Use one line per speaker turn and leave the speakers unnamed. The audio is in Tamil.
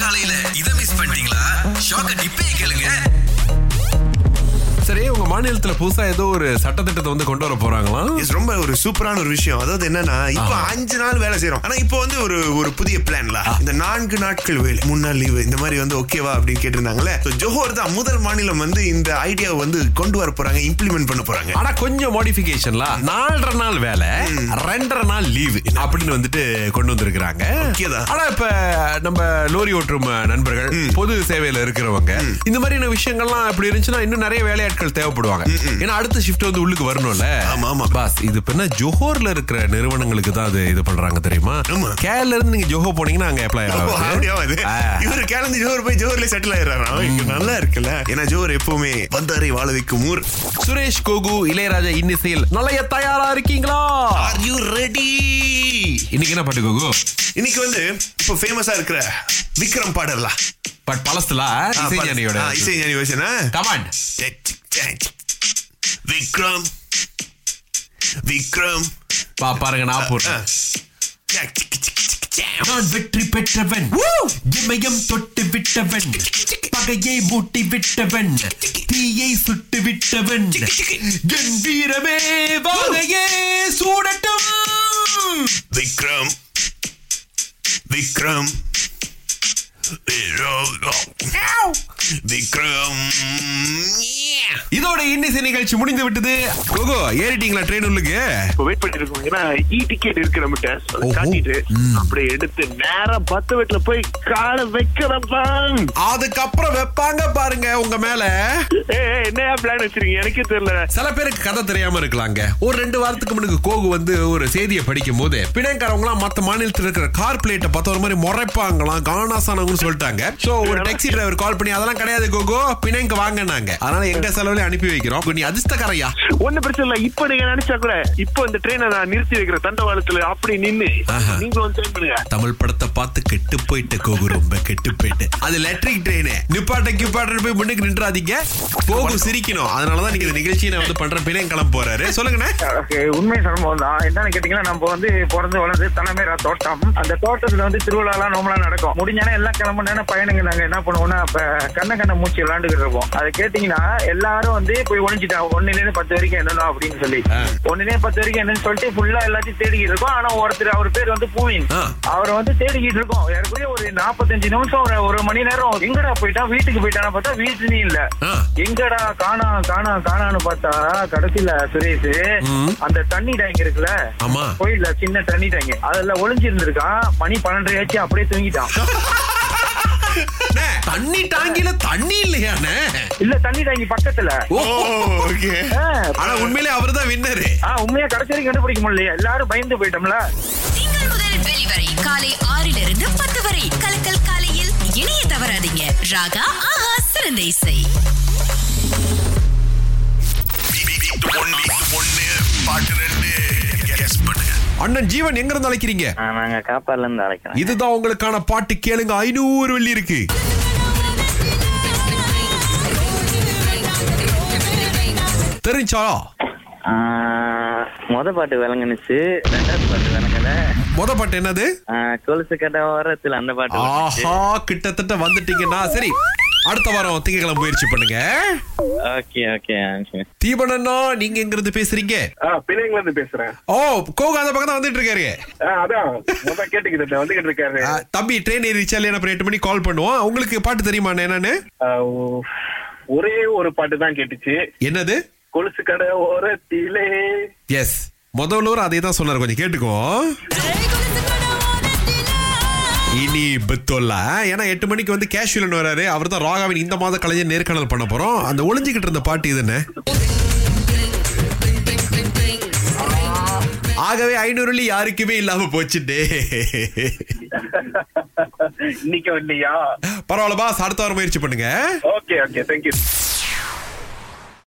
காலையில இத மிஸ் பண்ணிட்டீங்களா ஷாக்க டிப்பே கேளுங்க
சரி உங்க மாநிலத்துல புதுசா ஏதோ ஒரு சட்டத்திட்டத்தை வந்து கொண்டு வர போறாங்களாம்
இஸ் ரொம்ப ஒரு சூப்பரான ஒரு விஷயம் அதாவது என்னன்னா இப்போ அஞ்சு நாள் வேலை செய்றோம் ஆனா இப்போ வந்து ஒரு ஒரு புதிய பிளான்ல இந்த நான்கு நாட்கள் வேலை மூணு நாள் லீவு இந்த மாதிரி வந்து ஓகேவா அப்படின்னு கேட்டிருந்தாங்களே So, ஜோஹர் தான் முதல் மாநிலம் வந்து இந்த ஐடியாவை வந்து கொண்டு வர போறாங்க இம்ப்ளிமெண்ட் பண்ண போறாங்க
ஆனா கொஞ்சம் மாடிஃபிகேஷன்ல நாலரை நாள் வேலை ரெண்டரை நாள் லீவு அப்படின்னு வந்துட்டு கொண்டு வந்திருக்கிறாங்க
Okay தான்.
ஆனா இப்ப நம்ம லோரி ஓட்டும் நண்பர்கள் பொது சேவையில இருக்கிறவங்க இந்த மாதிரியான விஷயங்கள்லாம் இப்படி இருந்துச்சுன்னா இன்னும் நிறைய வேலையாட்கள் தேவைப்படுவாங்க ஏன்னா அடுத்த ஷிஃப்ட் வந்து உள்ளுக்கு வரணும்ல
ஆமா, ஆமா.
பாஸ் இது இப்ப என்ன ஜோஹர்ல இருக்கிற நிறுவனங்களுக்கு தான் அது இது பண்றாங்க தெரியுமா
ஆமா.
கேரள இருந்து நீங்க ஜோஹர் போனீங்கன்னா அங்க அப்ளை
அப்போ அப்படியா
ஆகும்
வருது? இவரு கிளம்பி ஜோஹர் போய் ஜோஹர்ல settle ஆயிடுறாராம். இது நல்லா இருக்குல்ல ஏன்னா ஜோஹர் எப்பவுமே வந்தாரை வாழ வைக்கும் ஊர்
சுரேஷ் கோகு இளையராஜா இன்னிசையில் நல்லைய தயாரா இருக்கீங்களா
ஆர் யூ ரெடி
இன்னைக்கு என்ன பாட்டு கோகு
இன்னைக்கு வந்து இப்போ ஃபேமஸா இருக்கிற விக்ரம் பாடலாம்
பட் பழசுல இசைஞானியோட
ஆ, இசைஞானி version ஆ?
கமாண்ட்
விக்ரம் விக்ரம்
பா பாருங்க நான் போடுறேன் நான் வெற்றி பெற்றவன் இமயம் தொட்டு விட்டவன் பகையை மூட்டி விட்டவன் தீயை சுட்டு விட்டவன் என் வீரமே வாகையே சூடட்டும்
விக்ரம் விக்ரம் விக்ரம்
இதோட இன்னிசை நிகழ்ச்சி முடிந்து விட்டது கோகோ ஏறிட்டீங்களா ட்ரெயின் உள்ளுக்கு
இப்போ வெயிட் பண்ணிட்டு இருக்கோம் ஏன்னா இ டிக்கெட் இருக்கு நம்மகிட்ட So, அதை
ஓஹோ.
காட்டிட்டு அப்படியே எடுத்து நேரா பத்து வீட்டுல போய் காலை வைக்கிறப்பா
அதுக்கப்புறம் வைப்பாங்க பாருங்க உங்க மேல
ஏய் என்ன பிளான் வச்சிருக்கீங்க எனக்கே தெரியல
சில பேருக்கு கதை தெரியாம இருக்கலாங்க ஒரு ரெண்டு வாரத்துக்கு முன்னுக்கு கோகு வந்து ஒரு செய்தியை படிக்கும் போது பிணைக்காரவங்களாம் மத்த மாநிலத்தில் இருக்கிற கார் பிளேட்டை பார்த்து ஒரு மாதிரி முறைப்பாங்களாம் காணாசானவங்கன்னு சொல்லிட்டாங்க சோ ஒரு டாக்ஸி டிரைவர் கால் பண்ணி அதெல்லாம் கிடையாது கோகோ பிணைங்க வாங்கினாங்க அதனால எங்க செலவுல அனுப்பி வைக்கிறோம் நீ அதிர்ஷ்டக்காரையா
ஒண்ணு பிரச்சனை இல்ல இப்ப நீங்க நினைச்சா கூட இப்ப இந்த ட்ரெயினை நான் நிறுத்தி வைக்கிற தண்டவாளத்துல அப்படி நின்னு
ஆஹா.
நீங்க வந்து ட்ரெயின் பண்ணுங்க
தமிழ் படத்தை பார்த்து கெட்டு போயிட்ட கோகு ரொம்ப கெட்டு போயிட்டு அது எலக்ட்ரிக் ட்ரெயின் நிப்பாட்ட கிப்பாட்ட போய் முன்னுக்கு நின்றாதீங்க கோகு சிரிக்கணும் அதனாலதான் நீங்க இந்த நிகழ்ச்சியை நான் வந்து பண்றேன் பிணையங்கிளம் போறாரு சொல்லுங்கண்ணே
எனக்கு உண்மை சம்பவம் தான் என்னன்னு கேட்டீங்கன்னா நம்ம வந்து பிறந்து வளர்ந்து தலைமையில தோட்டம் அந்த தோட்டத்துல வந்து திருவிழாலாம் நோம்பலாம் நடக்கும் முடிஞ்சானே எல்லாம் கிளம்புனானே பையனுங்க நாங்க என்ன பண்ணுவோம்னா இப்ப கண்ண கண்ண மூச்சு விளையாண்டுக்கிட்டு இருப்போம் அதை கேட்டீங்கன்னா எல்லாரும் வந்து போய் ஒழிஞ்சிட்டா ஒண்ணுல இருந்து பத்து வரைக்கும் என்னன்னா அப்படின்னு சொல்லி
ஆ.
ஒண்ணுல இருந்து பத்து வரைக்கும் என்னன்னு சொல்லிட்டு ஃபுல்லா எல்லாத்தையும் தேடிக்கிட்டு இருக்கோம் ஆனா ஒருத்தர் அவர் பேர் வந்து பூவின்
ஆ.
அவரை வந்து தேடிக்கிட்டு இருக்கோம் ஏற்கனவே ஒரு நாற்பத்தஞ்சு நிமிஷம் ஒரு ஒரு மணி நேரம் எங்கடா போயிட்டா வீட்டுக்கு போயிட்டான்னு பார்த்தா வீட்டுலயும் இல்ல
ஆ.
எங்கடா காணா காணா காணான்னு பார்த்தா கடைசியில சுரேஷ் அந்த தண்ணி டேங்க் இருக்குல்ல
ஆமா.
கோயில்ல சின்ன தண்ணி டேங்க் அதுல ஒளிஞ்சு இருந்திருக்கான் மணி பன்னெண்டரை ஆச்சு அப்படியே தூங்கிட்டான்
அண்ணே, தண்ணி டாங்கில தண்ணி இல்லையாண்ணே
இல்ல தண்ணி டேங்கி பக்கத்துல
ஓகே
ஆ,
ஆனா உண்மையிலே அவர்தான் தான் வின்னரு
ஆ, உண்மையா கடைசி வரைக்கும் கண்டுபிடிக்க முடியல எல்லாரும் பயந்து போயிட்டோம்ல
திங்கள் முதல் வெளிவரை காலை ஆறிலிருந்து பத்து வரை கலக்கல் காலையில் இணைய தவறாதீங்க ராகா ஆஹா சிறந்த இசை
ஒன்னு பாட்டு ரெண்டு கெஸ் பண்ணுங்க
அண்ணன் ஜீவன் எங்க இருந்து அழைக்கிறீங்க
ஆ, நாங்க காப்பாடுல இருந்து அழைக்கிறோம்
இதுதான் உங்களுக்கான பாட்டு கேளுங்க ஐநூறு வெள்ளி இருக்கு தெரிஞ்சா
ஆ, மொத பாட்டு விளங்குனுச்சு ரெண்டாவது பாட்டு விளங்கல
மொத பாட்டு என்னது
ஆ, கொலுசு கட்ட ஓரத்துல அந்த பாட்டு விளங்குனுச்சு.
ஆஹா கிட்டத்தட்ட வந்துட்டீங்கன்னா சரி அடுத்த வாரம் திங்கக்கிழமை முயற்சி பண்ணுங்க
ஓகே ஓகே ஓகே.
தீபனண்ணா நீங்க எங்க இருந்து பேசுறீங்க
பிள்ளைங்கள இருந்து பேசுறேன்
ஓ கோகு அந்த பக்கம் தான் வந்துட்டு இருக்காரு
ஆ, அதான் முதல் கேட்டுக்கிட்டு வந்துகிட்டு இருக்காரு
ஆ, தம்பி ட்ரெயின் ஏறிச்சா இல்லையா நம்ம எட்டு மணிக்கு கால் பண்ணுவோம் உங்களுக்கு பாட்டு தெரியுமா அண்ணா, என்னன்னு
ஆ, ஒ- ஒரே ஒரு பாட்டு தான் கேட்டுச்சு
என்னது
கொலுசு கடை ஓரத்திலே
எஸ் முதல்வர் அதே தான் சொன்னார் கொஞ்சம் கேட்டுக்கோ இனி பெத்தோல்ல ஏன்னா எட்டு மணிக்கு வந்து கேஷுவலன் வராரு அவர் தான் ராகாவின் இந்த மாத கலைஞர் நேர்காணல் பண்ண போறோம் அந்த ஒளிஞ்சுக்கிட்டு இருந்த பாட்டு இது என்ன ஆகவே ஐநூறு யாருக்குமே இல்லாம போச்சுட்டே
இன்னைக்கு இல்லையா
பரவாயில்ல பாஸ் அடுத்த வாரம் முயற்சி பண்ணுங்க
ஓகே ஓகே தேங்க்யூ